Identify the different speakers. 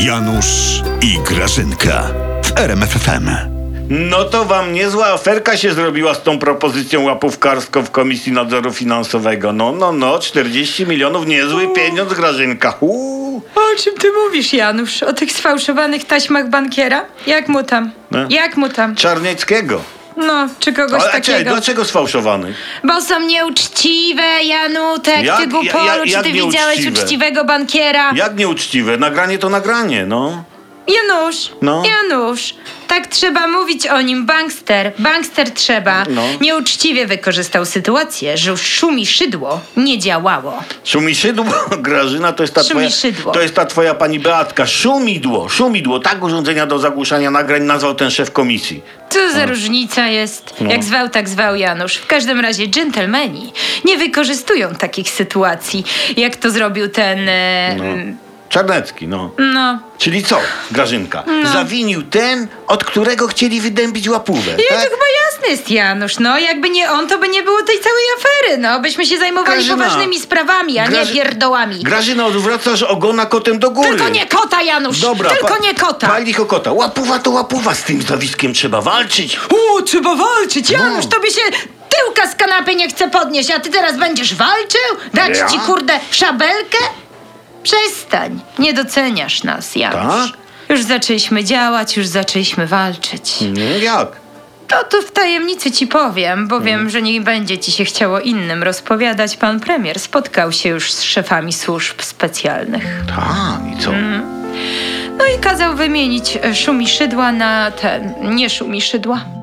Speaker 1: Janusz i Grażynka w RMFFM.
Speaker 2: No to wam niezła aferka się zrobiła z tą propozycją łapówkarską w Komisji Nadzoru Finansowego. No, no, no, 40 milionów, niezły pieniądz, Grażynka. Uuu.
Speaker 3: O czym ty mówisz, Janusz? O tych sfałszowanych taśmach bankiera? Jak mu tam?
Speaker 2: No.
Speaker 3: Jak mu tam?
Speaker 2: Czarnieckiego.
Speaker 3: No, czy kogoś
Speaker 2: Ale czekaj,
Speaker 3: takiego?
Speaker 2: dlaczego sfałszowany?
Speaker 3: Bo są nieuczciwe, Janutek,
Speaker 2: Jak-
Speaker 3: ty głupolu,
Speaker 2: ja- ja- jak
Speaker 3: czy ty widziałeś
Speaker 2: nieuczciwe?
Speaker 3: uczciwego bankiera?
Speaker 2: Jak nieuczciwe? Nagranie to nagranie, no.
Speaker 3: Janusz,
Speaker 2: No.
Speaker 3: Janusz, tak trzeba mówić o nim, bankster, bankster trzeba.
Speaker 2: No.
Speaker 3: Nieuczciwie wykorzystał sytuację, że szumi szydło nie działało.
Speaker 2: Szumishydło, Grażyna, to jest ta twoja,
Speaker 3: Szumishydło.
Speaker 2: to jest ta twoja pani Beatka. Szumidło, szumidło, tak urządzenia do zagłuszania nagrań nazwał ten szef komisji.
Speaker 3: Co za różnica jest?
Speaker 2: No.
Speaker 3: Jak zwał, tak zwał Janusz. W każdym razie dżentelmeni nie wykorzystują takich sytuacji, jak to zrobił ten... E, m,
Speaker 2: No. Czarnecki, no.
Speaker 3: no.
Speaker 2: Czyli co, Grażynka? Zawinił ten, od którego chcieli wydębić łapówę,
Speaker 3: Nie, to
Speaker 2: tak?
Speaker 3: chyba jasne jest Janusz, no jakby nie on, to by nie było tej całej afery, no byśmy się zajmowali
Speaker 2: Grażyna.
Speaker 3: poważnymi sprawami, a
Speaker 2: Graży-
Speaker 3: nie pierdołami.
Speaker 2: Grażyna, odwracasz ogona kotem do góry.
Speaker 3: Tylko nie kota, Janusz!
Speaker 2: Dobra,
Speaker 3: Tylko
Speaker 2: pa-
Speaker 3: nie kota!
Speaker 2: Pal ich o kota. Łapuwa to łapuwa, z tym zjawiskiem trzeba walczyć.
Speaker 3: U, trzeba walczyć! Janusz,
Speaker 2: No.
Speaker 3: tobie się tyłka z kanapy nie chce podnieść, a ty teraz będziesz walczył? Dać
Speaker 2: Ja?
Speaker 3: ci, kurde, szabelkę? Przestań, nie doceniasz nas, Janusz.
Speaker 2: Tak?
Speaker 3: Już zaczęliśmy działać, już zaczęliśmy walczyć.
Speaker 2: Nie, jak?
Speaker 3: No to w tajemnicy ci powiem,
Speaker 2: Mm.
Speaker 3: bo wiem, że nie będzie ci się chciało innym rozpowiadać. Pan premier spotkał się już z szefami służb specjalnych.
Speaker 2: Tak, i
Speaker 3: Mm.
Speaker 2: co?
Speaker 3: No i kazał wymienić e, szumiszydła na ten, nie szumiszydła.